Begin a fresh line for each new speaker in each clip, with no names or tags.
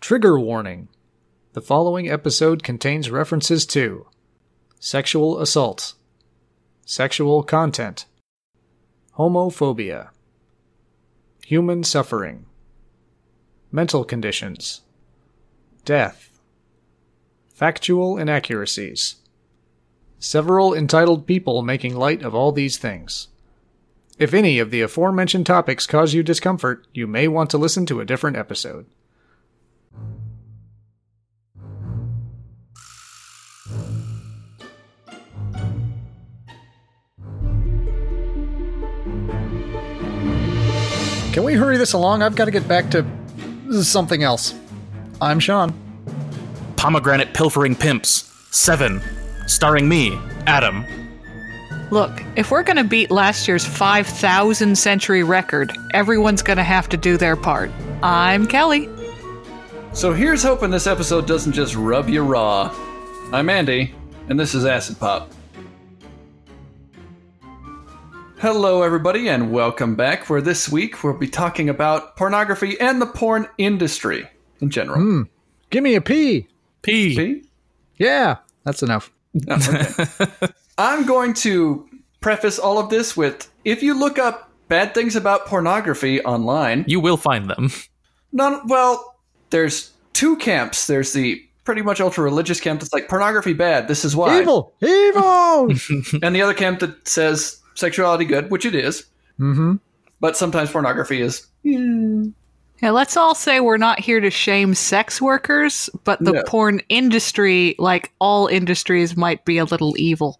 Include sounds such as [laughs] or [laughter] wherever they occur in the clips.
Trigger warning The following episode contains references to sexual assault, sexual content, homophobia, human suffering, mental conditions, death, factual inaccuracies. Several entitled people making light of all these things. If any of the aforementioned topics cause you discomfort, you may want to listen to a different episode. Can we hurry this along? I've got to get back to something else. I'm Sean.
Pomegranate Pilfering Pimps 7, starring me, Adam.
Look, if we're going to beat last year's 5,000 century record, everyone's going to have to do their part. I'm Kelly.
So here's hoping this episode doesn't just rub you raw. I'm Andy, and this is Acid Pop. Hello, everybody, and welcome back. For this week, we'll be talking about pornography and the porn industry in general.
Give me a P.
P.
See?
Yeah, that's enough.
I'm going to preface all of this with if you look up bad things about pornography online,
You will find them.
None. Well, there's two camps. There's the pretty much ultra religious camp that's like pornography bad. This is why.
Evil! Evil!
And the other camp that says sexuality good, which it is.
mm-hmm.
But sometimes pornography is.
Yeah, let's all say we're not here to shame sex workers, but the
No.
porn industry, like all industries, might be a little evil.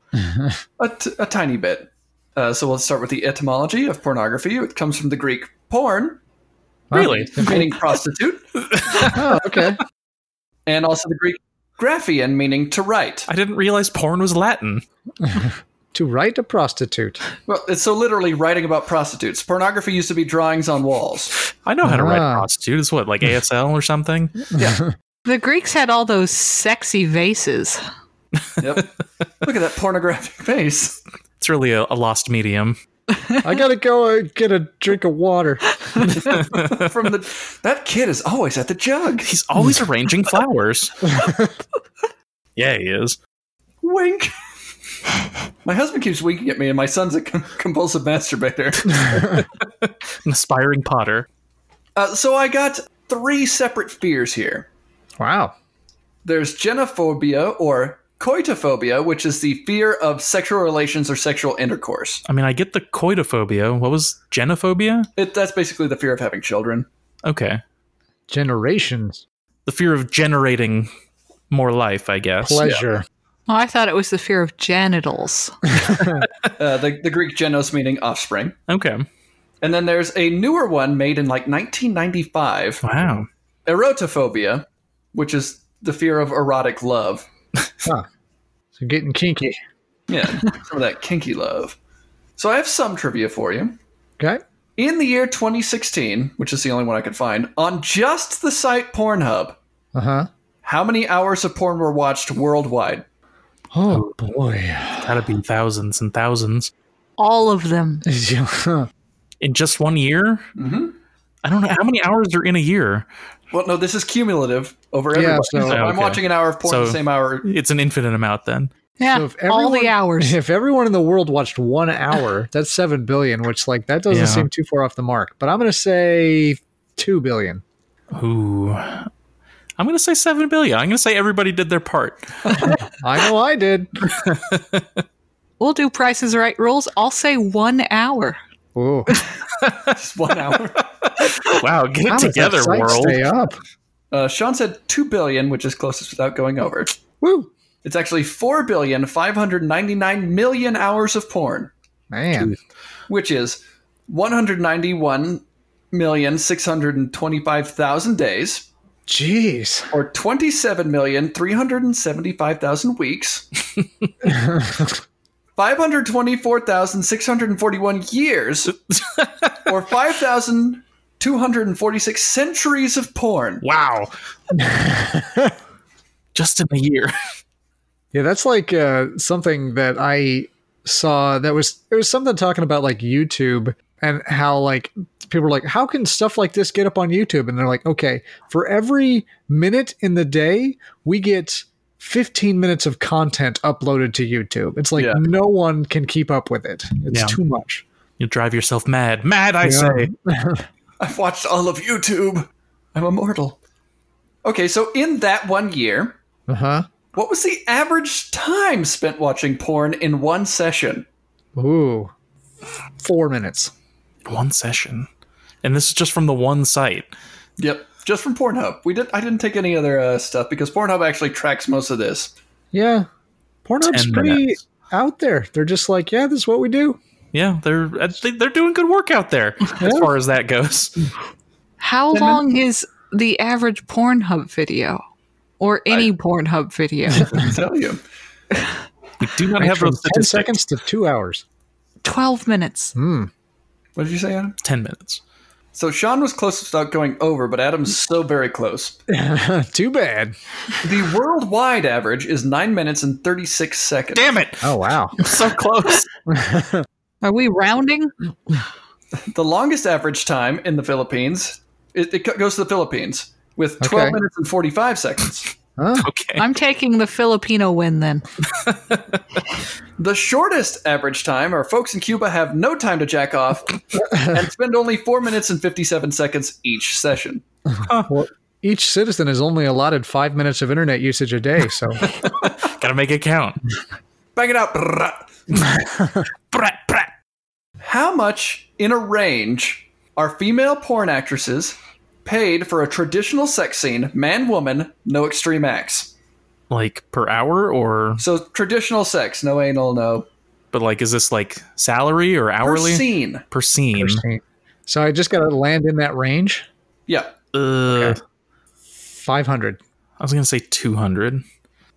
A, t- a tiny bit. Uh, so let's start with the etymology of pornography. It comes from the Greek porn,
[laughs] Really?
meaning prostitute,
Oh, okay.
and also the Greek graphian, meaning to write.
I didn't realize porn was Latin.
to write a prostitute.
Well, it's so literally writing about prostitutes. Pornography used to be drawings on walls.
I know how to write
Ah.
prostitute. It's what, like ASL or something?
The Greeks had all those sexy vases.
Yep. Look at that pornographic face.
It's really a, a lost medium.
I gotta go uh, get a drink of water.
From the that kid is always at the jug.
He's [laughs] always arranging [laughs] flowers. yeah, he is.
Wink. My husband keeps winking at me, and my son's a com- compulsive masturbator.
An aspiring potter.
Uh, so I got three separate fears here.
Wow.
There's genophobia or coitophobia, which is the fear of sexual relations or sexual intercourse.
I mean, I get the coitophobia. What was genophobia?
It, that's basically the fear of having children.
Okay.
Generations.
The fear of generating more life, I guess.
Pleasure.
Well, Oh, I thought it was the fear of genitals.
Uh, the, the Greek genos meaning offspring.
Okay.
And then there's a newer one made in like 1995,
Wow.
erotophobia, which is the fear of erotic love.
So getting kinky.
Yeah, some of that kinky love. So I have some trivia for you.
Okay.
In the year 2016, which is the only one I could find, on just the site Pornhub,
Uh huh.
how many hours of porn were watched worldwide?
Oh boy. [laughs]
That'd be thousands and thousands.
All of them.
in just one year.
Mm-hmm.
Mhm.
I don't know how many hours are in a year.
Well, no, this is cumulative over
Yeah,
everybody.
so-
so if I'm
Okay.
watching an hour of porn
So-
the same hour.
It's an infinite amount then.
Yeah,
So if
all
everyone-
the hours.
[laughs] if everyone in the world watched one hour, that's seven billion, which like that doesn't
Yeah.
seem too far off the mark. But I'm gonna say two billion.
Ooh. I'm going to say 7 billion. I'm going to say everybody did their part.
I know I did.
We'll do prices right rules. I'll say one hour.
Ooh.
Just one hour.
Wow, get
How does that
it together,
site
world.
Stay up.
Uh, Sean said 2 billion, which is closest without going over.
Woo.
It's actually 4,599,000,000 hours of porn,
Man.
which is 191,625,000 days.
Jeez.
or 27,375,000 weeks, 524,641 years, or 5,246 centuries of porn.
Wow.
[laughs]
just in a year.
Yeah, that's like uh, something that I saw that was it was something talking about like YouTube and how like people are like, how can stuff like this get up on YouTube? And they're like, okay, for every minute in the day, we get 15 minutes of content uploaded to YouTube. It's like
Yeah.
no one can keep up with it. It's
Yeah.
too much.
You'll drive yourself mad. Mad, I say.
[laughs]
I've watched all of YouTube. I'm immortal. Okay, so in that one year,
Uh huh.
what was the average time spent watching porn in one session?
Ooh, four minutes.
One session. And this is just from the one site.
Yep, just from Pornhub. We did. I didn't take any other uh, stuff because Pornhub actually tracks most of this.
Yeah, Pornhub's
10
pretty
minutes.
out there. They're just like, yeah, this is what we do.
Yeah, they're they- they're doing good work out there as far as that goes.
How long is the average Pornhub video? Or any Pornhub video?
I tell you,
We do not have
From
those
ten
statistics.
seconds to two hours.
12 minutes.
what did you say, Adam?
Ten minutes.
So Sean was close to stop going over, but Adam's so very close.
[laughs] Too bad.
The worldwide average is nine minutes and thirty-six seconds.
Damn it! [laughs]
Oh wow.
So close.
Are we rounding?
The longest average time in the Philippines, it, it goes to the Philippines with twelve
Okay.
minutes and forty-five seconds.
Okay.
I'm taking the Filipino win then.
The shortest average time are folks in Cuba have no time to jack [laughs] off and spend only four minutes and fifty-seven seconds each session.
Well, each citizen is only allotted five minutes of internet usage a day, [laughs] so
Gotta make it count.
Bang it out! brrrah.
Brat, brat.
How much in a range are female porn actresses paid for a traditional sex scene, man woman, no extreme acts?
Like per hour or
So traditional sex, no anal, no
but like is this like salary or
per
hourly?
scene.
Per scene.
so I just got to land in that range.
Yeah,
Uh,
Five hundred.
I was gonna say two hundred.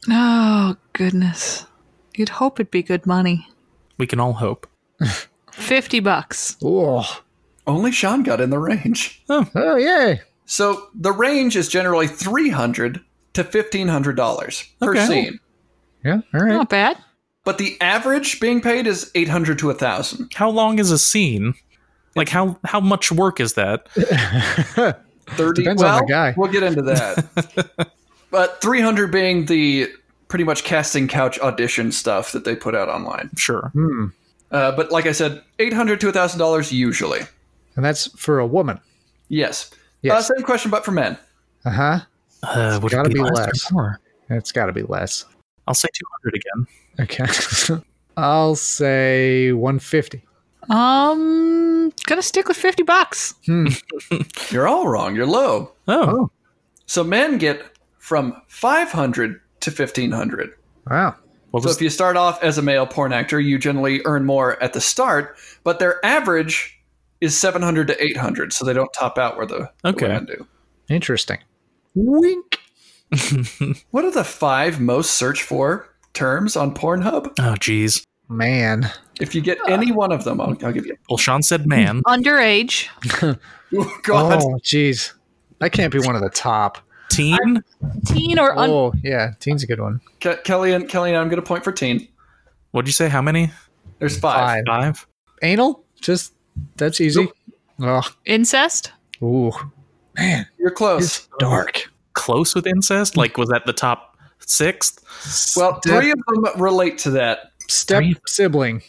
Oh, goodness. You'd hope it'd be good money.
We can all hope.
50 bucks.
Oh,
only Sean got in the range.
oh yay!
So the range is generally three hundred to fifteen hundred dollars per
Okay.
scene,
Yeah, all right.
Not bad.
but the average being paid is eight hundred to thousand.
How long is a scene? Like how how much work is that?
Thirty.
Depends on
well,
the guy.
We'll get into that.
[laughs]
but three hundred being the pretty much casting couch audition stuff that they put out online.
Sure.
Hmm.
Uh, but like I said, eight hundred to thousand dollars usually.
And that's for a woman.
Yes.
Yes.
Uh, same question, but for men.
Uh huh.
Uh, would it
gotta
be,
be
less or
less.
more?
It's got to be less.
I'll say two hundred again.
Okay. [laughs] I'll say 150.
Um, gonna stick with 50 bucks.
You're all wrong. You're low.
Oh,
Oh,
So men get from five hundred to fifteen hundred.
wow.
what
So
was
if you start off as a male porn actor, you generally earn more at the start, but their average is 700 to 800, so they don't top out where the, the
Okay.
women do.
Interesting. Wink.
What are the five most searched for terms on Pornhub?
Oh geez.
Man.
If you get any one of them, I'll, I'll give you. [laughs]
Well Sean said man.
[laughs] Underage.
Oh, God.
Oh, jeez. That can't be one of the top.
Teen?
Teen or un-
Oh, yeah. Teen's a good one.
Ke- Kelly and Kelly and I'm going to point for teen.
What'd you say? How many?
There's five.
Five.
Five?
Anal? Just, that's easy.
incest?
Oh, ooh.
You're close.
Dark.
Close with incest? Like was that the top sixth?
Well, three of them relate to that.
Step
Three.
sibling.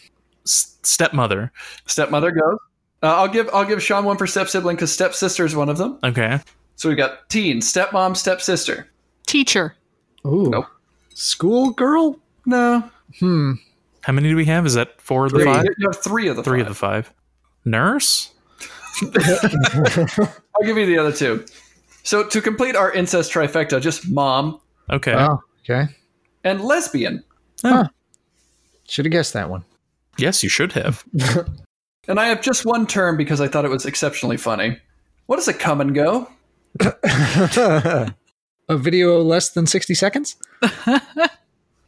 S- stepmother.
Stepmother goes. Uh, I'll give I'll give Sean one for step sibling because stepsister is one of them.
Okay.
So we got teen, stepmom, stepsister.
Teacher.
Ooh.
Nope.
School girl?
No,
How many do we have? Is that four of the
Three.
five?
you you have three of the
Three
five.
of the five. Nurse?
I'll give you the other two. So to complete our incest trifecta, just mom
Okay.
Oh, okay.
and lesbian.
Should have guessed that one.
yes, you should have.
And I have just one term because I thought it was exceptionally funny. What is a come and go?
A video less than 60 seconds?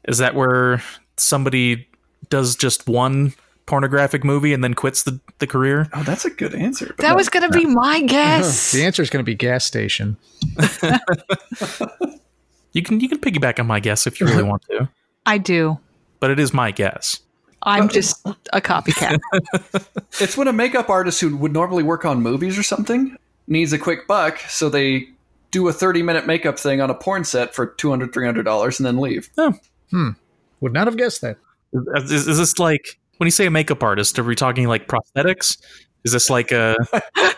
Is that where somebody does just one pornographic movie and then quits the, the career?
Oh, that's a good answer. but
That
no.
was gonna be my guess.
The answer is going to be gas station.
You can you can piggyback on my guess if you really want to.
I do.
But it is my guess.
I'm just a copycat.
It's when a makeup artist who would normally work on movies or something needs a quick buck, so they do a 30 minute makeup thing on a porn set for $200, $300 and then leave.
Would not have guessed that.
Is, is this like when you say a makeup artist? Are we talking like prosthetics? Is this like a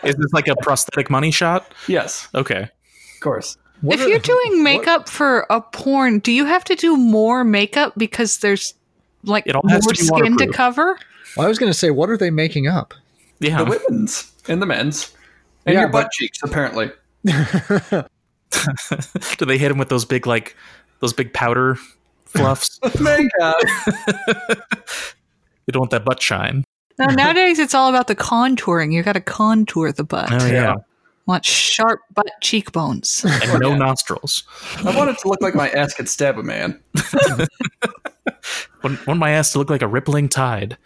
is this like a prosthetic money shot?
Yes,
Okay,
of course.
What
if
are-
you're doing makeup for a porn, do you have to do more makeup because there's like
It all
more
has to be
skin to
waterproof.
cover?
Well, I was going to say, what are they making up?
yeah.
The women's and the men's. And
Yeah,
your butt
but-
cheeks,
[laughs]
apparently.
[laughs] Do they hit him with those big like those big powder fluffs? you
Makeup.
don't want that butt shine. [laughs]
Now, nowadays, it's all about the contouring. You got to contour the butt.
[laughs] Oh yeah,
Want sharp butt
[laughs]
cheekbones.
and no nostrils.
I want it to look like my ass could stab a man.
Want, want my ass to look like a rippling tide.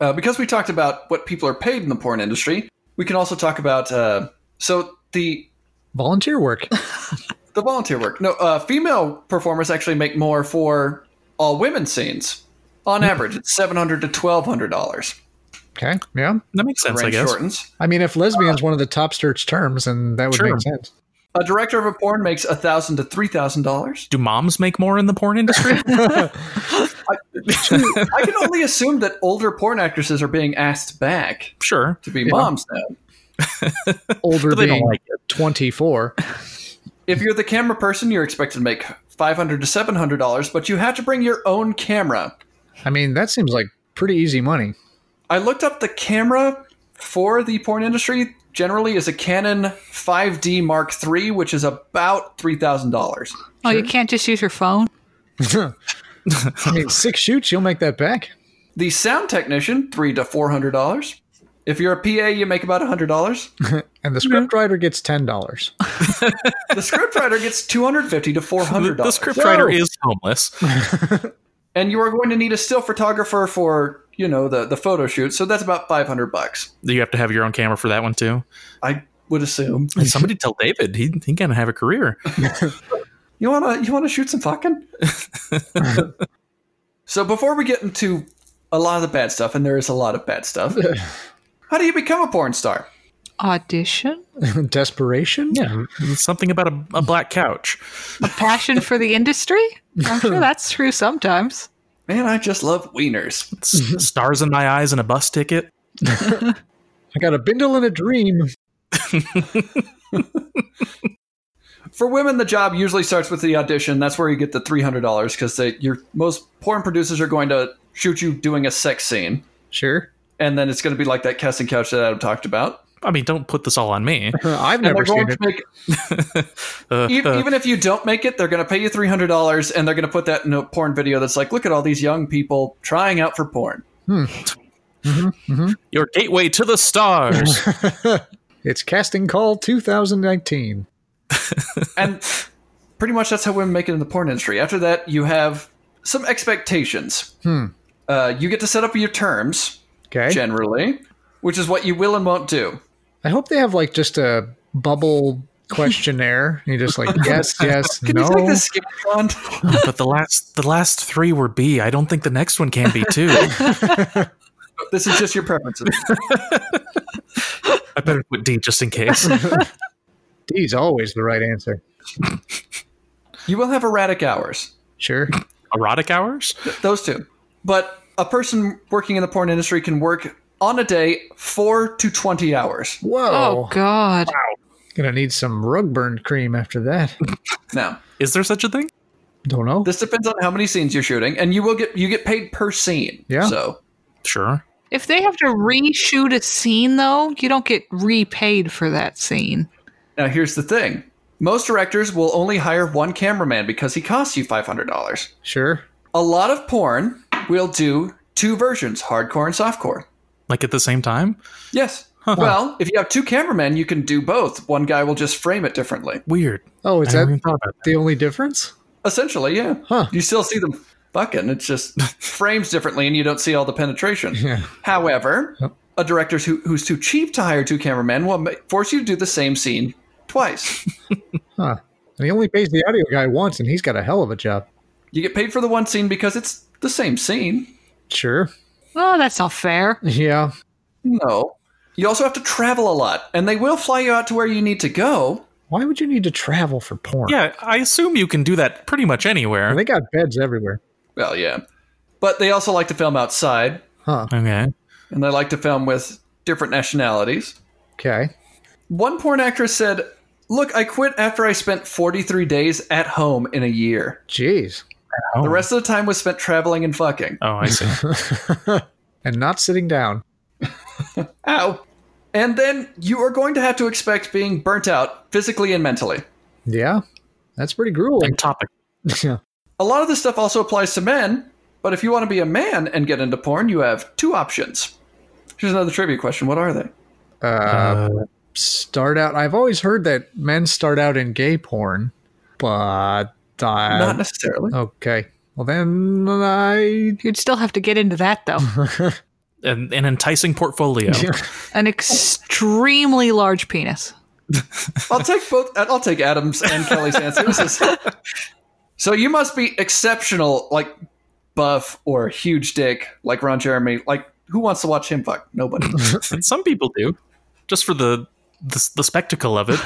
Uh, because we talked about what people are paid in the porn industry, we can also talk about uh, so the
Volunteer
[laughs]
work.
the volunteer work. No, uh, female performers actually make more for all women scenes. On
Hmm.
average, it's seven hundred to twelve hundred dollars.
Okay. Yeah.
That makes sense, I
Range
guess.
shortens.
I mean, if lesbian's one of the top search terms, and that would
Sure.
make sense.
A director of a porn makes a thousand to three thousand dollars.
Do moms make more in the porn [laughs] industry?
I can
[laughs]
only assume that older porn actresses are being asked back
sure,
to be moms now.
Older
but they don't
being
like it.
24.
If you're the camera person, you're expected to make five hundred to seven hundred dollars, but you have to bring your own camera.
I mean, that seems like pretty easy money.
I looked up the camera for the porn industry. Generally, is a Canon 5D Mark III, which is about three thousand dollars.
Oh, you can't just use your phone?
[laughs] I mean, six shoots, you'll make that back.
The sound technician, three to four hundred dollars. If you're a PA, you make about hundred dollars.
And the scriptwriter gets $10.
The scriptwriter gets two hundred fifty to four
The,
hundred
the
dollars.
scriptwriter is homeless.
and you are going to need a still photographer for you know the the photo shoot. So that's about five hundred bucks.
You have to have your own camera for that one too.
I would assume.
And somebody tell David he he gonna have a career.
You wanna you wanna shoot some
[laughs]
fucking? so before we get into a lot of the bad stuff, and there is a lot of
[laughs]
bad stuff. how do you become a porn star?
Audition?
[laughs] Desperation?
Yeah, something about a, a black couch.
A passion for the industry?
[laughs]
I'm sure that's true sometimes.
Man, I just love wieners.
S- stars in my eyes and a bus ticket.
I got a bindle and a dream.
For women, the job usually starts with the audition. That's where you get the three hundred dollars because your most porn producers are going to shoot you doing a sex scene,
Sure.
and then it's going to be like that casting couch that Adam talked about.
I mean, don't put this all on [laughs] me.
I've
And
never
they're going
seen
to
it.
make
Uh,
E-
[laughs]
uh,
even if you don't make it, they're going to pay you three hundred dollars, and they're going to put that in a porn video that's like, "Look at all these young people trying out for porn."
your gateway to the stars. [laughs]
It's Casting Call 2019.
and pretty much that's how women make it in the porn industry. After that, you have some expectations. Uh, you get to set up your terms
Hmm. Okay.
generally, which is what you will and won't do.
I hope they have like just a bubble
[laughs]
questionnaire. You just like, yes, yes,
Can
no.
you take this scantron?
but the last the last three were B. I don't think the next one can be [laughs] too.
this is just
[laughs]
your preferences.
I better put D just in case.
D's always the right answer.
you will have erratic hours. [laughs]
Sure.
Erotic hours.
Those two. But a person working in the porn industry can work on a day four to twenty hours.
Whoa.
Oh, God.
Gonna need some rug burn cream after that.
Now,
Is there such a thing?
Don't know.
this depends on how many scenes you're shooting, and you will get you get paid per scene.
Yeah.
So
Sure.
If they have to reshoot a scene, though, you don't get repaid for that scene.
Now, here's the thing most directors will only hire one cameraman because he costs you $500.
Sure.
A lot of porn will do two versions hardcore and softcore.
Like at the same time?
Yes. Well, if you have two cameramen, you can do both. One guy will just frame it differently.
Weird.
Oh, is
I
that
never even thought about
the only difference?
Essentially, yeah.
Huh.
You still see them fucking.
[laughs]
It's just frames differently and you don't see all the penetration.
Yeah.
However, a director who, who's too cheap to hire two cameramen will ma- force you to do the same scene
[laughs]
twice.
Huh. And he only pays the audio guy once, and he's got a hell of a job.
you get paid for the one scene because it's the same scene.
Sure.
Oh, that's not fair.
Yeah.
No. You also have to travel a lot, and they will fly you out to where you need to go.
Why would you need to travel for porn?
Yeah, I assume you can do that pretty much anywhere.
They got beds everywhere.
Well, yeah. But they also like to film outside,
Huh.
Okay.
and they like to film with different nationalities.
Okay.
One porn actress said, Look, I quit after I spent 43 days at home in a year.
[laughs] Jeez.
Oh,
The rest of the time was spent traveling and fucking.
oh I see.
and not sitting down.
Ow. And then you are going to have to expect being burnt out physically and mentally.
Yeah. That's pretty grueling.
Big topic.
[laughs] yeah.
A lot of this stuff also applies to men, but if you want to be a man and get into porn, you have two options. Here's another trivia question. What are they?
Uh, start out. I've always heard that men start out in gay porn, but I,
Not necessarily.
okay. Well, then I.
You'd still have to get into that, though.
An, an enticing portfolio.
An extremely large penis.
I'll take both. I'll take Adams and Kelly's answers. so you must be exceptional, like buff or huge dick, like Ron Jeremy. Like who wants to watch him fuck? Nobody.
And some people do, just for the the, the spectacle of it.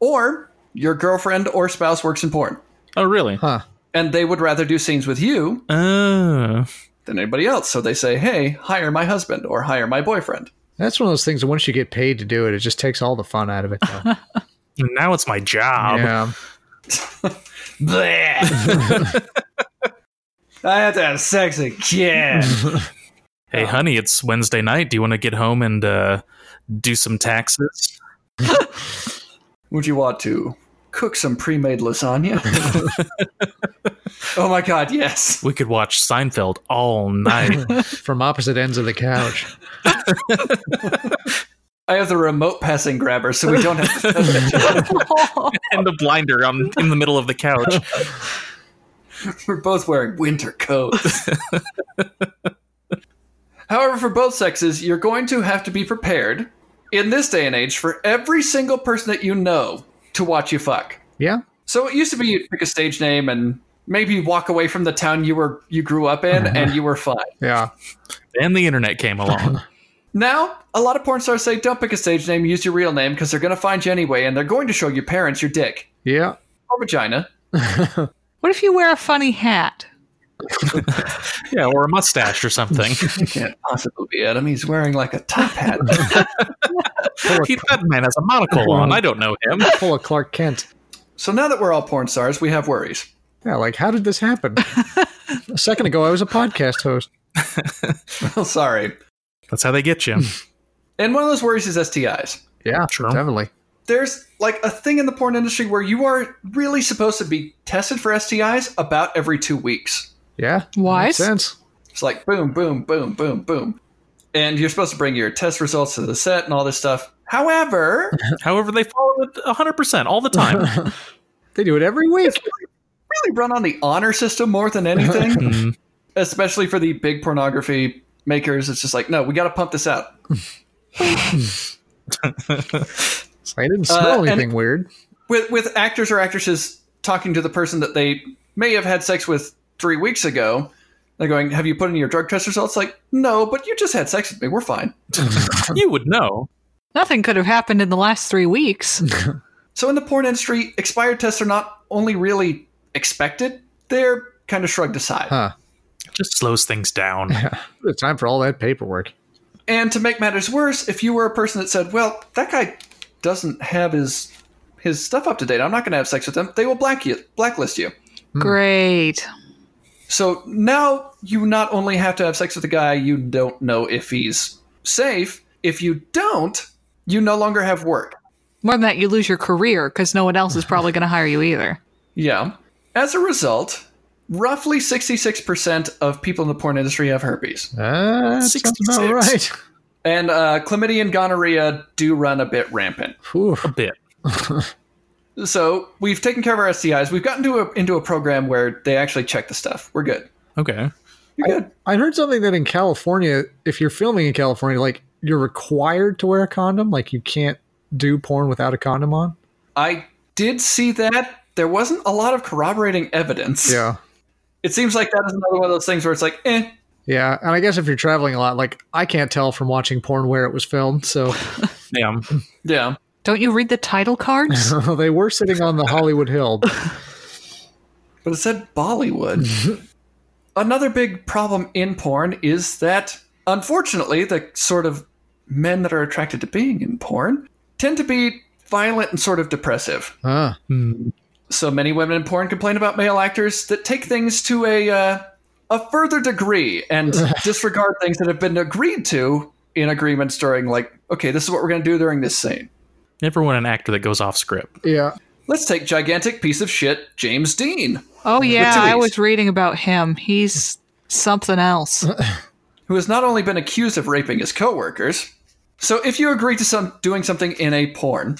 or your girlfriend or spouse works in porn,
Oh, really?
Huh.
and they would rather do scenes with you
Oh,
than anybody else. So they say, "Hey, hire my husband or hire my boyfriend."
That's one of those things that once you get paid to do it, it just takes all the fun out of it. [laughs] Though.
now it's my job.
yeah.
Bleh. [laughs] I have to have sex again.
Hey, honey, it's Wednesday night. Do you want to get home and uh, do some taxes?
Would you want to cook some pre-made lasagna? [laughs] oh my god, yes.
We could watch Seinfeld all night.
From opposite ends of the couch.
I have the remote passing grabber, so we don't have to touch
[laughs]
each other.
and a blinder on, in the middle of the
[laughs]
couch.
We're both wearing winter coats. However, for both sexes, you're going to have to be prepared in this day and age for every single person that you know to watch you fuck.
Yeah.
So it used to be you'd pick a stage name and maybe walk away from the town you were you grew up in and you were fine.
Yeah.
And the internet came along.
Now, a lot of porn stars say don't pick a stage name, use your real name because they're going to find you anyway and they're going to show your parents your dick
Yeah.
or vagina.
What if you wear a funny hat?
Yeah, or a mustache or
[laughs]
something.
You can't possibly be Adam. He's wearing like a top hat.
he, that man has a monocle on. I don't know him.
Full of Clark Kent.
[laughs] so now that we're all porn stars, we have worries. [laughs]
Yeah. Like, how did this happen? a second ago, I was a podcast host.
Well, sorry.
That's how they get
[laughs]
you.
And one of those worries is STIs.
Yeah.
True.
Definitely.
There's like a thing in the porn industry where you are really supposed to be tested for STIs about every two weeks.
Yeah.
Wise.
Makes sense.
It's like boom, boom, boom, boom, boom. And you're supposed to bring your test results to the set and all this stuff. However,
However, they follow it 100% all the
[laughs]
time.
They do it every week.
really run on the honor system more than anything,
Mm.
especially for the big pornography makers. It's just like, no, we got to pump this out.
I didn't smell
and-
anything weird.
With with actors or actresses talking to the person that they may have had sex with three weeks ago, they're going, "Have you put in your drug test results?" Like, no, but you just had sex with me. We're fine.
you would know.
Nothing could have happened in the last three weeks.
So in the porn industry, expired tests are not only really expected; they're kind of shrugged aside.
Huh.
It just slows things down.
[laughs]
The time for all that paperwork.
And to make matters worse, if you were a person that said, "Well, that guy doesn't have his his stuff up to date. I'm not going to have sex with him," they will black you, blacklist you.
Great.
So now you not only have to have sex with a guy you don't know if he's safe. If you don't, you no longer have work.
More than that, you lose your career because no one else is probably going to hire you either.
Yeah. As a result, roughly 66% of people in the porn industry have herpes.
Uh, that sounds about
66.
right.
And uh, chlamydia and gonorrhea do run a bit rampant.
Whew.
A bit.
So we've taken care of our STIs. We've gotten to a, into a program where they actually check the stuff. We're good.
Okay.
You're good.
I heard something that in California, if you're filming in California, like you're required to wear a condom. Like you can't do porn without a condom on.
I did see that. There wasn't a lot of corroborating evidence.
Yeah.
It seems like that is another one of those things where it's like, eh,
Yeah, and I guess if you're traveling a lot, like I can't tell from watching porn where it was filmed, so
Yeah.
Yeah.
Don't you read the
[laughs]
title [laughs] cards?
they were sitting on the Hollywood Hill.
But it said Bollywood. Another big problem in porn is that, unfortunately, the sort of men that are attracted to being in porn tend to be violent and sort of depressive.
Huh.
Hmm. So many women in porn complain about male actors that take things to a uh, a further degree and disregard things that have been agreed to in agreements during, like, okay, this is what we're going to do during this scene.
Never want an actor that goes off script.
Yeah.
Let's take gigantic piece of shit James Dean,
oh yeah,
two
I
E's.
was reading about him. He's something else.
who has not only been accused of raping his coworkers. So if you agree to some doing something in a porn,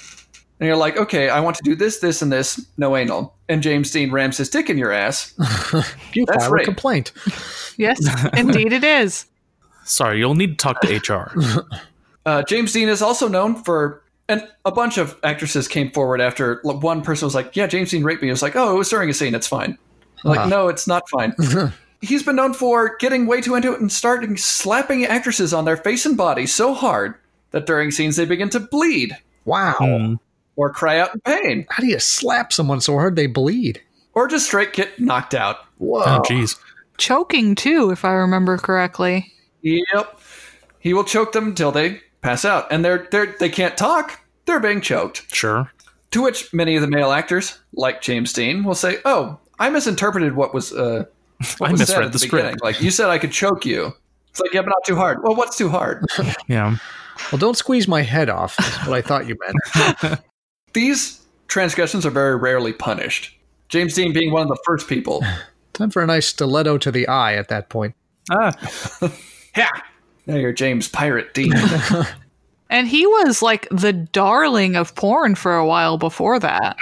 and you're like, okay, I want to do this, this, and this, no anal, and James Dean rams his dick in your ass,
You
That's
filed a
rape.
complaint.
yes, indeed it is.
Sorry, you'll need to talk to
[laughs]
HR.
Uh, James Dean is also known for, and a bunch of actresses came forward after l- one person was like, "Yeah, James Dean raped me." It was like, "Oh, it was during a scene. It's fine." I'm Like, no, it's not fine. He's been known for getting way too into it and starting slapping actresses on their face and body so hard that during scenes they begin to bleed
Wow.
Oh.
Mm.
or cry out in pain
How do you slap someone so hard they bleed?
or just straight get knocked out.
Whoa.
Oh, jeez.
Choking too, if I remember correctly.
Yep, he will choke them until they pass out, and they're they're they can't talk. They're being choked.
Sure.
To which many of the male actors, like James Dean, will say, "Oh, I misinterpreted what was uh, what
I
was said
misread the
at the,
script.
beginning. Like you said, I could choke you. It's like yeah, but not too hard. Well, what's
[laughs]
too hard?
Yeah.
Well, don't squeeze my head off. That's what I thought you meant.
These transgressions are very rarely punished. James Dean being one of the first people.
[laughs]
Time for a nice stiletto to the eye at that point. [laughs]
Ah,
yeah, now you're James
[laughs]
Pirate Dean.
And he was like the darling of porn for a while before that.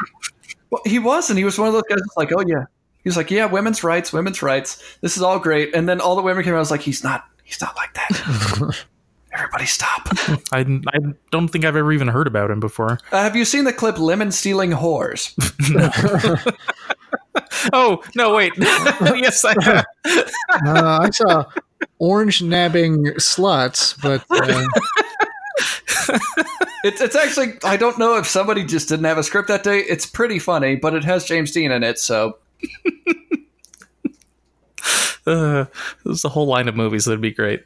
well, he was, and he was one of those guys. That's like, oh yeah, he was like, yeah, women's rights, women's rights. This is all great. And then all the women came out. I was like, he's not, he's not like that.
[laughs]
Everybody stop.
I, I don't think I've ever even heard about him before.
Uh, have you seen the clip "Lemon Stealing Whores"?
Uh,
Oh, no, wait. [laughs] yes, I have.
Uh, I saw orange nabbing sluts, but uh,
It's it's actually I don't know if somebody just didn't have a script that day. It's pretty funny, but it has James Dean in it, so
Uh, [laughs] there's a whole line of movies that'd be great.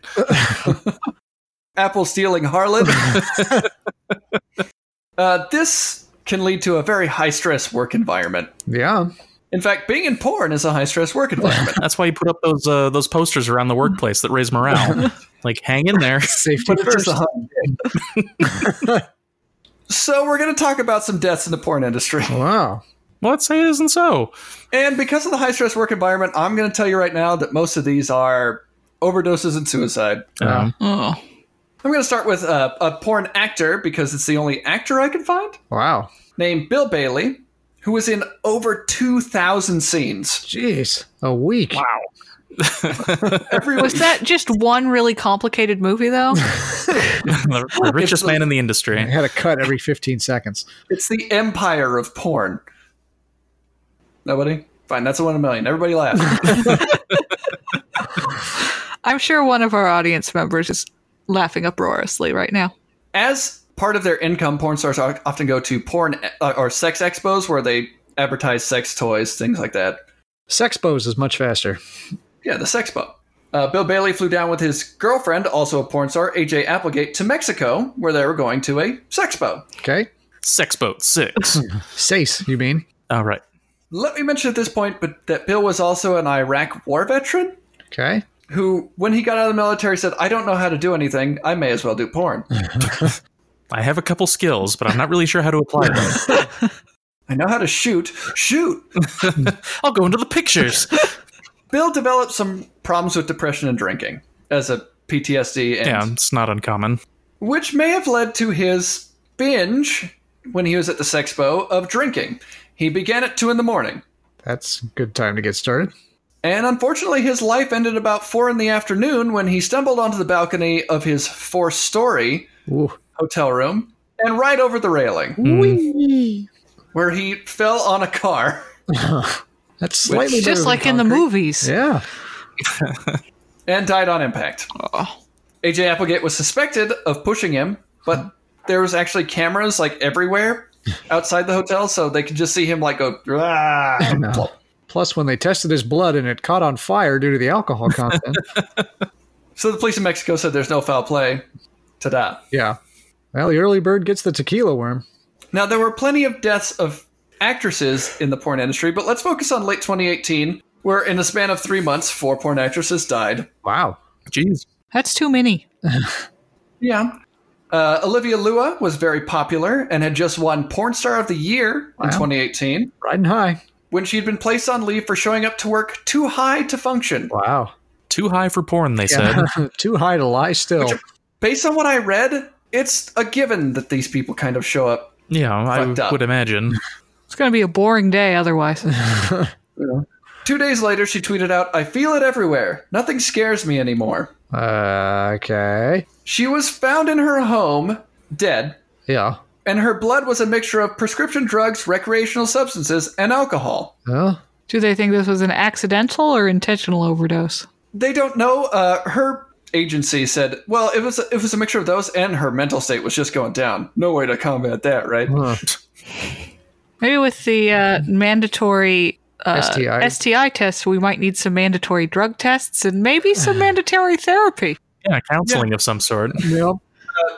Apple stealing [laughs] Harlan. uh, this can lead to a very high stress work environment.
yeah.
In fact, being in porn is a high stress work environment.
That's why you put up those uh, those posters around the workplace that raise [laughs] morale. like, hang in there. [laughs]
Safety
[laughs] but it's
first.
just a hot dick. [laughs] So we're going to talk about some deaths in the porn industry.
Wow.
Well, let's say it isn't so.
And because of the high stress work environment, I'm going to tell you right now that most of these are overdoses and suicide.
Um, [laughs]
Oh.
I'm going to start with uh, a porn actor because it's the only actor I can find
Wow.
named Bill Bailey, who was in over 2,000 scenes.
Jeez. A week.
Every
Was that just one really complicated movie, though?
the, [laughs] the richest man in the
I
industry.
had a cut every 15 seconds.
It's the empire of porn. Nobody? Fine, that's a one in a million. Everybody laugh.
I'm sure one of our audience members is laughing uproariously right now.
As part of their income, porn stars o- often go to porn uh, or sex expos where they advertise sex toys, things like that.
Sexpose is much faster.
Yeah, the sex bow. Uh, Bill Bailey flew down with his girlfriend, also a porn star, AJ Applegate, to Mexico, where they were going to a sex bow.
Okay.
Sex Boat [laughs] 6.
Sace, you mean?
All right.
Let me mention at this point, but that Bill was also an Iraq war veteran
Okay.
who, when he got out of the military, said, "I don't know how to do anything. I may as well do porn."
I have a couple skills, but I'm not really sure how to apply [laughs] them.
I know how to shoot. Shoot.
I'll go into the [laughs] pictures.
Bill developed some problems with depression and drinking as a PTSD, and,
Yeah, it's not uncommon.
which may have led to his binge when he was at the sexpo of drinking. He began at two in the morning.
That's a good time to get started.
And unfortunately, his life ended about four in the afternoon when he stumbled onto the balcony of his four story
Ooh.
hotel room and right over the railing, where he fell on a car. [laughs]
That's slightly better
Just
than
like in the
concrete.
movies.
Yeah.
and died on impact.
Oh.
AJ Applegate was suspected of pushing him, but there was actually cameras like everywhere outside the hotel, so they could just see him like go. "Ah."
Plus, when they tested his blood and it caught on fire due to the
[laughs]
alcohol content,
So the police in Mexico said there's no foul play. Ta-da.
yeah. Well, the early bird gets the tequila worm.
Now there were plenty of deaths of actresses in the porn industry, but let's focus on late 2018, where in the span of three months, four porn actresses died.
Wow.
Jeez.
That's too many.
Yeah. Uh, Olivia Lua was very popular and had just won Porn Star of the Year
Wow.
in 2018
Riding high.
when she'd been placed on leave for showing up to work too high to function.
Wow.
Too high for porn, they [laughs] said.
[laughs] Too high to lie still.
Based on what I read, it's a given that these people kind of show up.
Yeah, I
Fucked up.
would imagine.
It's going to be a boring day otherwise.
Two days later, she tweeted out, I feel it everywhere. Nothing scares me anymore.
Uh, [laughs] okay.
She was found in her home, dead,
Yeah.
and her blood was a mixture of prescription drugs, recreational substances, and alcohol.
Huh?
Do they think this was an accidental or intentional overdose?
They don't know. Uh, her agency said, "Well, it was it was a mixture of those, and her mental state was just going down. No way to combat that, right?"
Huh.
Maybe with the uh, mandatory uh,
STI.
STI tests, we might need some mandatory drug tests and maybe some mandatory therapy.
[laughs] Yeah, counseling of some sort.
Yep.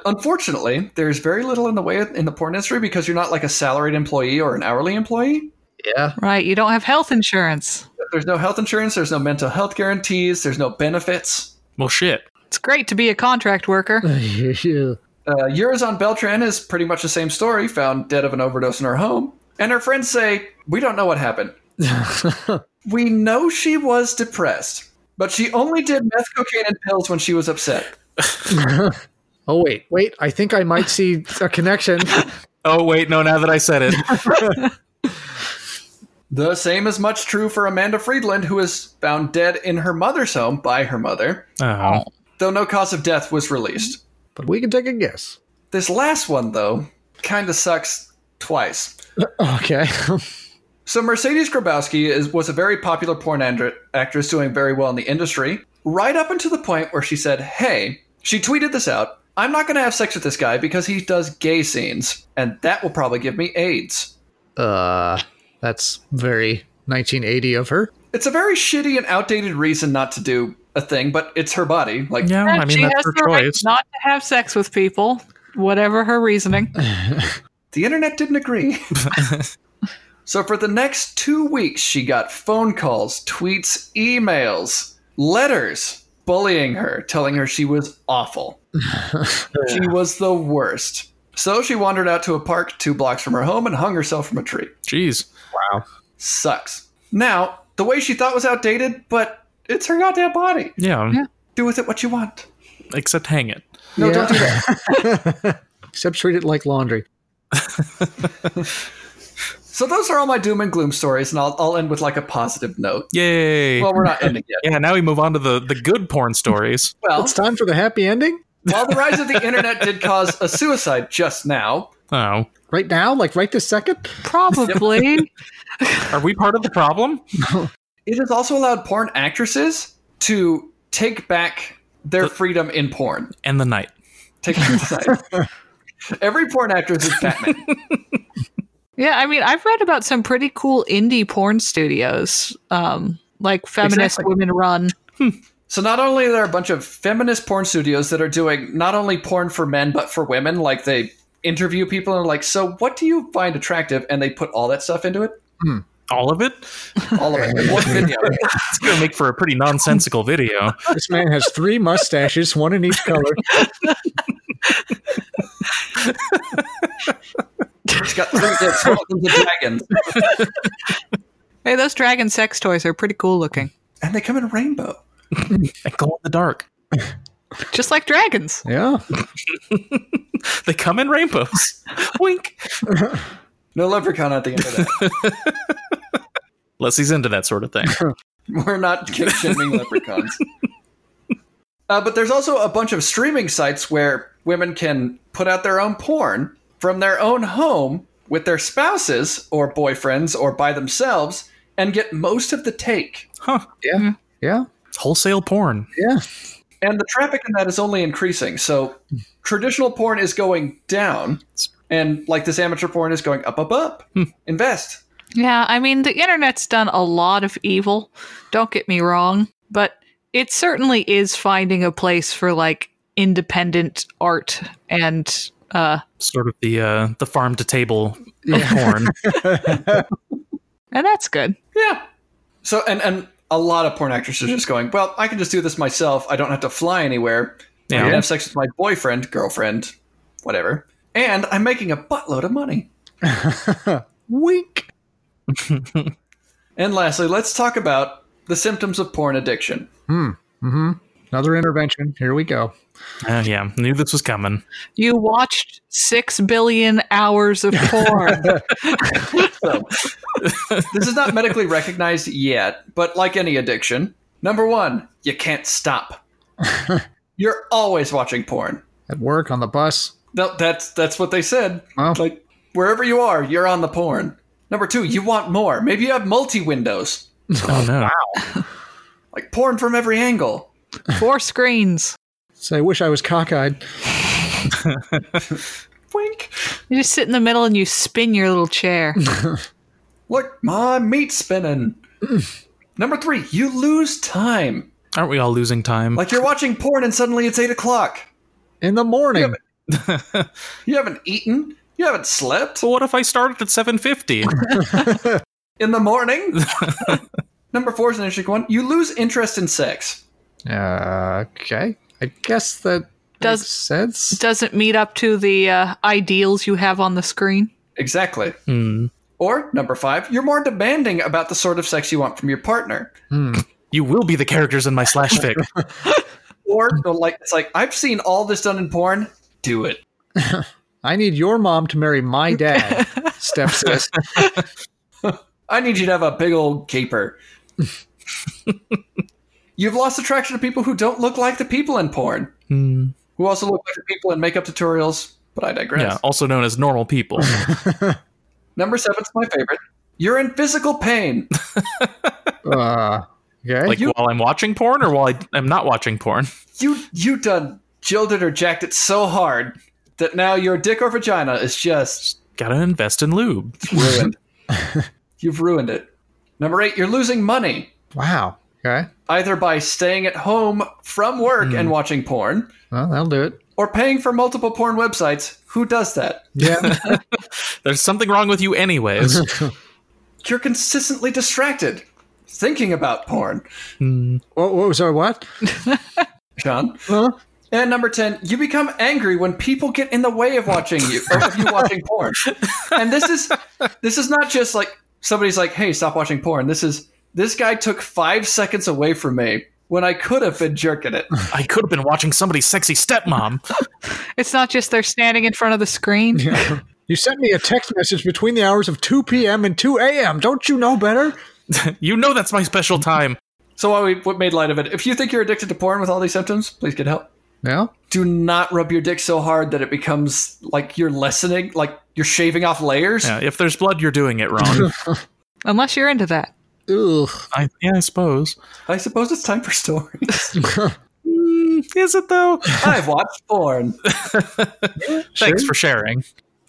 Unfortunately, there's very little in the way in the porn industry because you're not like a salaried employee or an hourly employee.
Yeah. [laughs]
Right? You don't have health insurance.
There's no health insurance. There's no mental health guarantees. There's no benefits.
Well, shit.
It's great to be a contract worker.
Yeah.
Uh, Eurazon Beltran is pretty much the same story, found dead of an overdose in her home. And her friends say, We don't know what happened. we know she was depressed, but she only did meth, cocaine, and pills when she was upset.
oh wait, wait. I think I might see a connection. [laughs]
Oh, wait, no, now that I said it.
The same is much true for Amanda Friedland, who is found dead in her mother's home by her mother,
[laughs] [laughs] Oh.
though no cause of death was released.
but we can take a guess.
This last one, though, kind of sucks twice.
Okay. [laughs]
So Mercedes Grabowski is, was a very popular porn and- actress doing very well in the industry, right up until the point where she said, "Hey," she tweeted this out, "I'm not going to have sex with this guy because he does gay scenes, and that will probably give me AIDS."
uh, that's very 1980 of her.
It's a very shitty and outdated reason not to do a thing, but it's her body. Like,
Yeah, Oh, I mean,
she
that's
has
her
the right
choice.
not to have sex with people, whatever
[laughs]
her reasoning.
the internet didn't agree. so for the next two weeks, she got phone calls, tweets, emails, letters bullying her, telling her she was awful. she was the worst. So she wandered out to a park two blocks from her home and hung herself from a tree.
Jeez.
Sucks. Now, the way she thought was outdated, but it's her goddamn body.
Yeah,
Yeah.
Do with it what you want.
except hang it.
No, don't do that.
[laughs] Except treat it like laundry.
So those are all my doom and gloom stories, and I'll, I'll end with like a positive note.
Yay.
Well, we're not ending yet.
yeah, now we move on to the, the good porn stories. [laughs]
Well,
It's time for the happy ending.
while the rise of the internet did cause a suicide just now,
Oh.
Right now, like right this second.
Probably.
Are we part of the problem?
it has also allowed porn actresses to take back their freedom in porn.
And the night.
Take back the night. Every porn actress is Batman.
yeah, I mean, I've read about some pretty cool indie porn studios, um, like feminist
Exactly.
women run.
So not only are there a bunch of feminist porn studios that are doing not only porn for men but for women, like they interview people and are like, so what do you find attractive? And they put all that stuff into it,
All of it?
all of it, in one video.
It's going to make for a pretty nonsensical video.
This man has three mustaches, one in each color.
It's got three dicks, one of them's a dragon.
Hey, those dragon sex toys are pretty cool looking,
and they come in a rainbow.
They glow in the dark.
just like dragons.
Yeah.
They come in rainbows. Wink.
No leprechaun at the end of that.
Leslie's into that sort of thing.
[laughs] We're not shaming leprechauns. Uh, but there's also a bunch of streaming sites where women can put out their own porn from their own home with their spouses or boyfriends or by themselves and get most of the take.
Huh.
Yeah. Yeah.
It's wholesale porn.
Yeah.
And the traffic in that is only increasing. So traditional porn is going down, and like this amateur porn is going up, up, up. Invest.
Yeah, I mean, the internet's done a lot of evil. Don't get me wrong, but it certainly is finding a place for like independent art and uh
Sort of the uh, the farm to table of
Yeah.
porn.
and that's good.
Yeah. So and and a lot of porn actresses are just going, well, I can just do this myself. I don't have to fly anywhere. I
Yeah.
can have sex with my boyfriend, girlfriend, whatever. And I'm making a buttload of money.
Wink.
And lastly, let's talk about the symptoms of porn addiction.
Another intervention. Here we go.
Uh, yeah. Knew this was coming.
You watched 6 billion
[laughs]
hours of porn.
This is not medically recognized yet, but like any addiction, number one, you can't stop. You're always watching porn.
At work, on the bus.
No, that's that's what they said.
Well,
Like wherever you are, you're on the porn. Number two, you want more. Maybe you have multi windows,
Oh no.
like porn from every angle.
Four screens.
say, I wish I was cockeyed.
Wink.
You just sit in the middle and you spin your little chair.
[laughs]
Look, my meat spinning. Number three, you lose time.
Aren't we all losing time?
Like you're watching porn and suddenly it's eight o'clock.
In the morning.
You haven't eaten. You haven't slept
so what if I started at seven fifty?
in the morning. Number four is an interesting one. You lose interest in sex.
Uh, okay. I guess that
Does-
makes sense.
Doesn't meet up to the uh, ideals you have on the screen.
Exactly.
Hmm.
Or number five, you're more demanding about the sort of sex you want from your partner.
Hmm.
You will be the characters in my slash fic.
Or like it's like I've seen all this done in porn. Do it.
I need your mom to marry my dad, stepsis.
I need you to have a big old caper. [laughs] You've lost attraction to people who don't look like the people in porn,
Hmm.
who also look like the people in makeup tutorials. But I digress.
Yeah, also known as normal people.
Number seven's my favorite. You're in physical pain.
Uh, okay.
Like
You-
while I'm watching porn or while I am not watching porn. [laughs]
you you done jilted or jacked it so hard that now your dick or vagina is just
Gotta invest in lube.
ruined. You've ruined it. Number eight, you're losing money
wow. Okay.
either by staying at home from work and watching porn,
Well, that'll do it.
or paying for multiple porn websites. Who does that?
[laughs] Yeah.
There's something wrong with you anyways.
you're consistently distracted thinking about porn,
what, what, sorry, what?
Sean.
Huh?
And number 10, you become angry when people get in the way of watching you or of you watching porn. And this is this is not just like somebody's like, "Hey, stop watching porn." This is this guy took 5 seconds away from me when I could have been jerking it.
I could have been watching somebody's sexy stepmom.
It's not just they're standing in front of the screen.
You sent me a text message between the hours of 2 p.m. and 2 a.m. Don't you know better?
You know that's my special time.
So while we what made light of it, if you think you're addicted to porn with all these symptoms, please get help.
Yeah.
Do not rub your dick so hard that it becomes like you're lessening, like you're shaving off layers.
Yeah, if there's blood, you're doing it wrong.
Unless you're into that.
Ugh. [laughs]
I, yeah, I suppose.
I suppose it's time for stories.
Hmm, Is it though?
I've watched porn.
Thanks for sharing.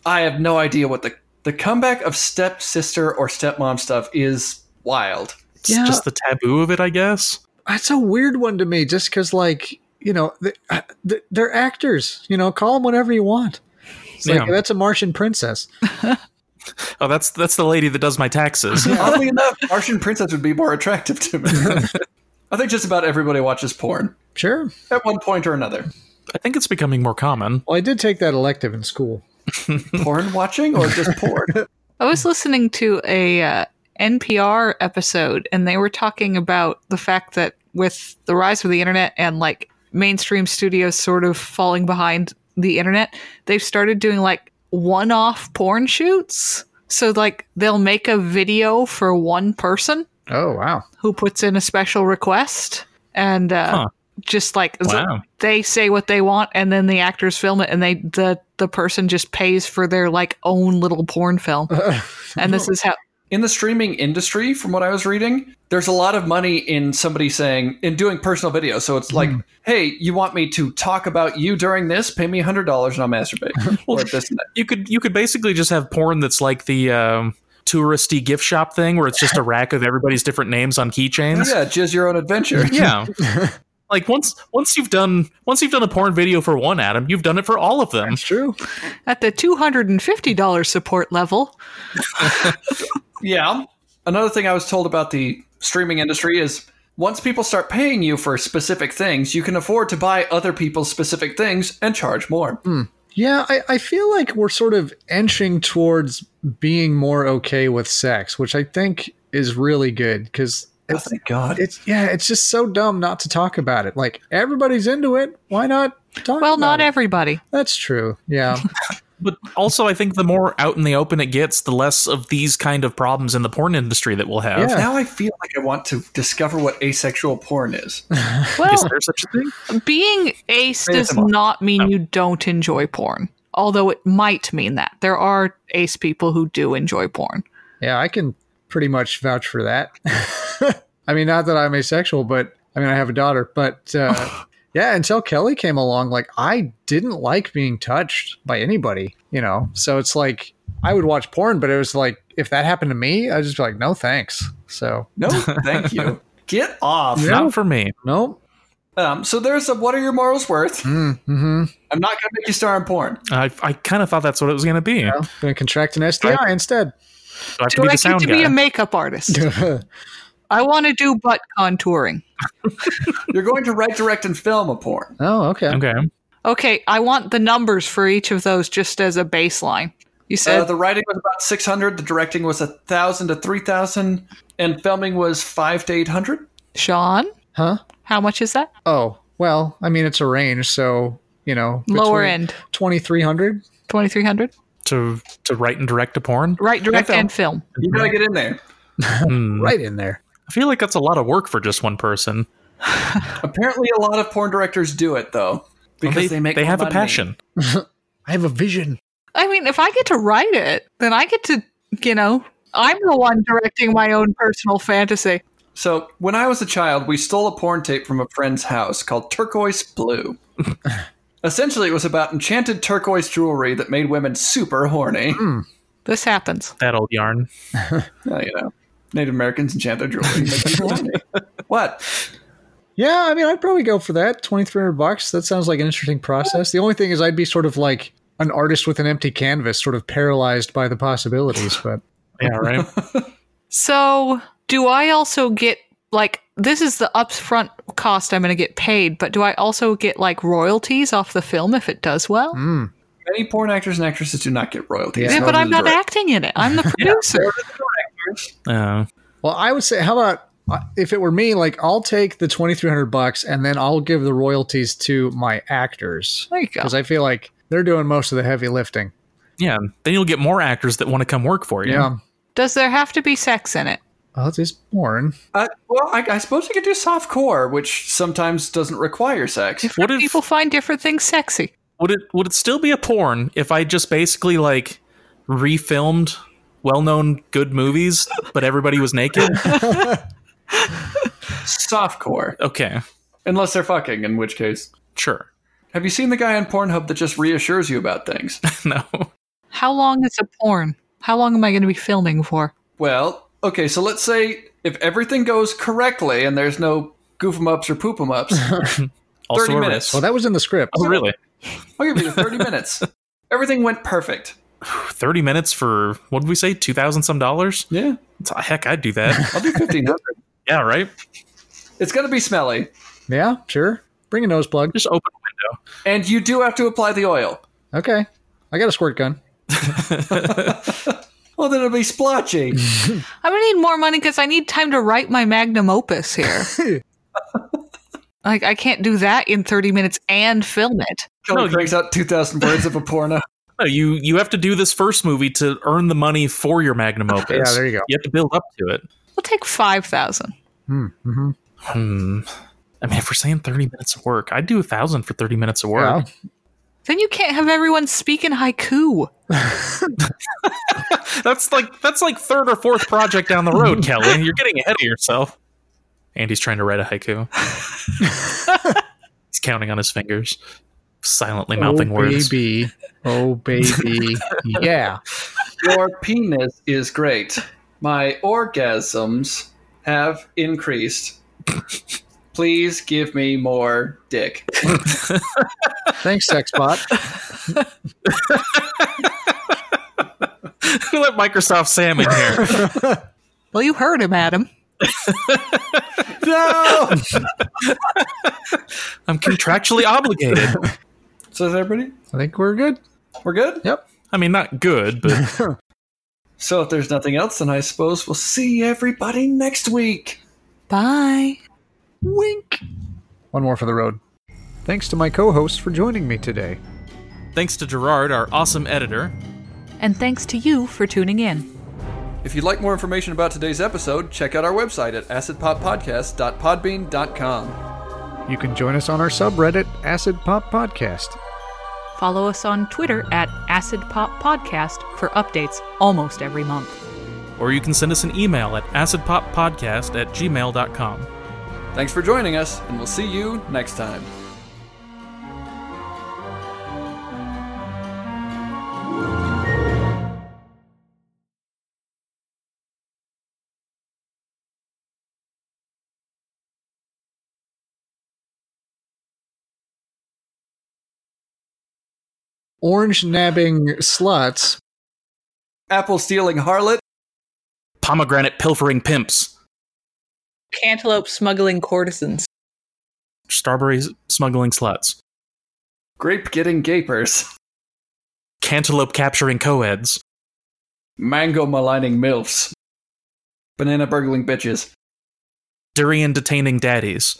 I have no idea what the the comeback of stepsister or stepmom stuff is wild.
It's
Yeah.
just the taboo of it, I guess.
That's a weird one to me, just because, like, you know, th- uh, th- they're actors. You know, call them whatever you want. It's like,
Yeah.
that's a Martian princess.
Oh, that's that's the lady that does my taxes.
[laughs] Oddly enough, Martian Princess would be more attractive
[laughs]
to me. I think just about everybody watches porn
Sure.
at one point or another.
I think it's becoming more common.
Well, I did take that elective in school.
Porn watching or just porn?
I was listening to a uh, NPR episode, and they were talking about the fact that with the rise of the internet and like mainstream studios sort of falling behind the internet, they've started doing like one off porn shoots. So, like, they'll make a video for one person
Oh, [laughs] wow.
who puts in a special request and uh,
Huh.
just like
Wow.
they say what they want and then the actors film it and they the the person just pays for their like own little porn film and this is how
In the streaming industry, from what I was reading, there's a lot of money in somebody saying in doing personal videos. So it's
Hmm.
like, hey, you want me to talk about you during this? Pay me hundred dollars and I'll masturbate.
[laughs] Well,
or this and that.
You could you could basically just have porn that's like the um, touristy gift shop thing where it's just a rack of everybody's different names on keychains.
Yeah, jizz your own adventure.
[laughs] Yeah. Like once once you've done once you've done a porn video for one Adam, you've done it for all of them.
That's true.
At the $250 support level,
Yeah. um, Another thing I was told about the streaming industry is once people start paying you for specific things, you can afford to buy other people's specific things and charge more.
Yeah, I, I feel like we're sort of inching towards being more okay with sex, which I think is really good because
Oh,
it's,
thank God.
it's yeah, it's just so dumb not to talk about it. Like everybody's into it, why not talk?
well,
about
not
it?
[laughs]
everybody.
That's true.
[laughs]
Yeah,
But also I think the more out in the open it gets, the less of these kind of problems in the porn industry that we'll have.
Yeah.
Now I feel like I want to discover what asexual porn is.
Is
Well,
there such a thing?
being ace
Say
does
some more.
not mean you don't enjoy porn, although it might mean that. There are ace people who do enjoy porn.
yeah, I can pretty much vouch for that. [laughs] I mean, not that I'm asexual, but I mean I have a daughter, but
[laughs]
uh, yeah, until Kelly came along, like I didn't like being touched by anybody, you know. So it's like I would watch porn, but it was like if that happened to me, I'd just be like, no thanks. So
[laughs] No, thank you. Get off.
Yeah.
Not for me.
Nope.
Um, so there's a what are your morals worth?
Mm-hmm.
I'm not going to make you star in porn.
I, I kind of thought that's what it was going to be. Do
Well, gonna contract an STI instead. [laughs] Oh,
I have to
Do
be
I
the
get
sound
to
guy?
be a makeup artist? I want to do butt contouring.
You're going to write, direct, and film a porn.
oh, okay.
okay.
Okay, I want the numbers for each of those just as a baseline. You said
Uh, the writing was about 600, the directing was 1,000 to 3,000, and filming was 5 to 800.
Sean,
Huh?
how much is that?
Oh, well, I mean it's a range, so you know
Lower end,
twenty three hundred.
2300.
To to write and direct a porn.
Right, direct and film.
You got to get in there.
[laughs]
Hmm.
Right in there.
I feel like that's a lot of work for just one person.
Apparently, a lot of porn directors do it, though, because
Well,
they, make
they
more
have a
money.
passion.
I have a vision.
I mean, if I get to write it, then I get to, you know, I'm the one directing my own personal fantasy.
So, when I was a child, we stole a porn tape from a friend's house called Turquoise Blue.
[laughs]
Essentially, it was about enchanted turquoise jewelry that made women super horny.
Hmm.
This happens.
That old
[laughs]
yarn.
Well, you know, Native Americans enchant their jewelry. Make
[laughs]
people horny. What?
Yeah, I mean I'd probably go for that. Twenty three hundred bucks. That sounds like an interesting process. The only thing is I'd be sort of like an artist with an empty canvas, sort of paralyzed by the possibilities, but
Yeah, right.
So, do I also get like this is the upfront cost I'm going to get paid, but do I also get like royalties off the film if it does well?
mm,
Many porn actors and actresses do not get royalties.
Yeah,
Yeah,
nor
but
do
I'm
the
not
directors.
acting in it. I'm
[laughs]
the producer.
Uh,
Well, I would say, how about uh, if it were me? Like, I'll take the twenty three hundred bucks, and then I'll give the royalties to my actors
There you go.
because I feel like they're doing most of the heavy lifting.
yeah. Then you'll get more actors that want to come work for you.
Yeah.
Does there have to be sex in it?
Well, it is porn.
Uh, well, I, I suppose you could do soft core, which sometimes doesn't require sex.
What if
People find different things sexy.
would it would it still be a porn if I just basically like refilmed well-known good movies, but everybody was
[laughs]
naked?
soft core,
Okay,
unless they're fucking, in which case.
sure. [laughs]
Have you seen the guy on Pornhub that just reassures you about things?
No,
How long is a porn? How long am I going to be filming for?
well, okay, so let's say if everything goes correctly and there's no goof 'em ups or poop 'em ups,
also
30
a
Well,
minutes.
risk.
that was in the script.
Oh, really?
I'll give you the 30 minutes. Everything went perfect.
Thirty minutes for what did we say? Two thousand some dollars?
Yeah,
Heck, I'd do
[laughs]
that.
I'll do 1500.
yeah, right.
it's going to be smelly,
Yeah, sure. Bring a nose plug.
Just open a window.
and you do have to apply the oil.
Okay. I got a squirt gun.
Well, then it'll be splotchy.
I'm going to need more money because I need time to write my magnum opus here. like, I can't do that in 30 minutes and film it.
Kelly
No, you-
cranks out 2,000 words of a porno.
No, you you have to do this first movie to earn the money for your
[laughs]
magnum opus.
Yeah, there you go.
You have to build up to it.
I'll take 5,000.
Mm-hmm.
Hmm. I mean, if we're saying thirty minutes of work, I'd do a thousand for thirty minutes of work.
Then you can't have everyone speak in haiku.
[laughs] That's like that's like third or fourth project down the [laughs] road, Kelly. You're getting ahead of yourself. Andy's trying to write a [laughs] haiku. He's counting on his fingers, silently mouthing
oh,
words.
baby. Oh, baby. yeah.
Your penis is great. My orgasms have increased. Please give me more dick.
Thanks, Sexbot.
Who [laughs] let Microsoft Sam in here?
Well, you heard him, Adam.
No!
I'm contractually obligated.
So is everybody?
I think we're good.
We're good?
Yep.
I mean, not good, but [laughs]
So if there's nothing else, then I suppose we'll see everybody next week.
Bye.
Wink. One more for the road. Thanks to my co hosts for joining me today.
thanks to Gerard, our awesome editor.
And thanks to you for tuning in.
If you'd like more information about today's episode, check out our website at acidpoppodcast.podbean.com.
You can join us on our subreddit, Acid Pop Podcast.
Follow us on Twitter at Acid Pop Podcast for updates almost every month.
Or you can send us an email at acidpoppodcast at gmail.com.
Thanks for joining us, and we'll see you next time.
Orange nabbing sluts.
Apple stealing harlot.
Pomegranate pilfering pimps.
Cantaloupe smuggling courtesans.
Strawberry smuggling sluts.
Grape getting gapers.
Cantaloupe capturing co-eds.
Mango maligning MILFs. Banana burgling bitches.
Durian detaining daddies.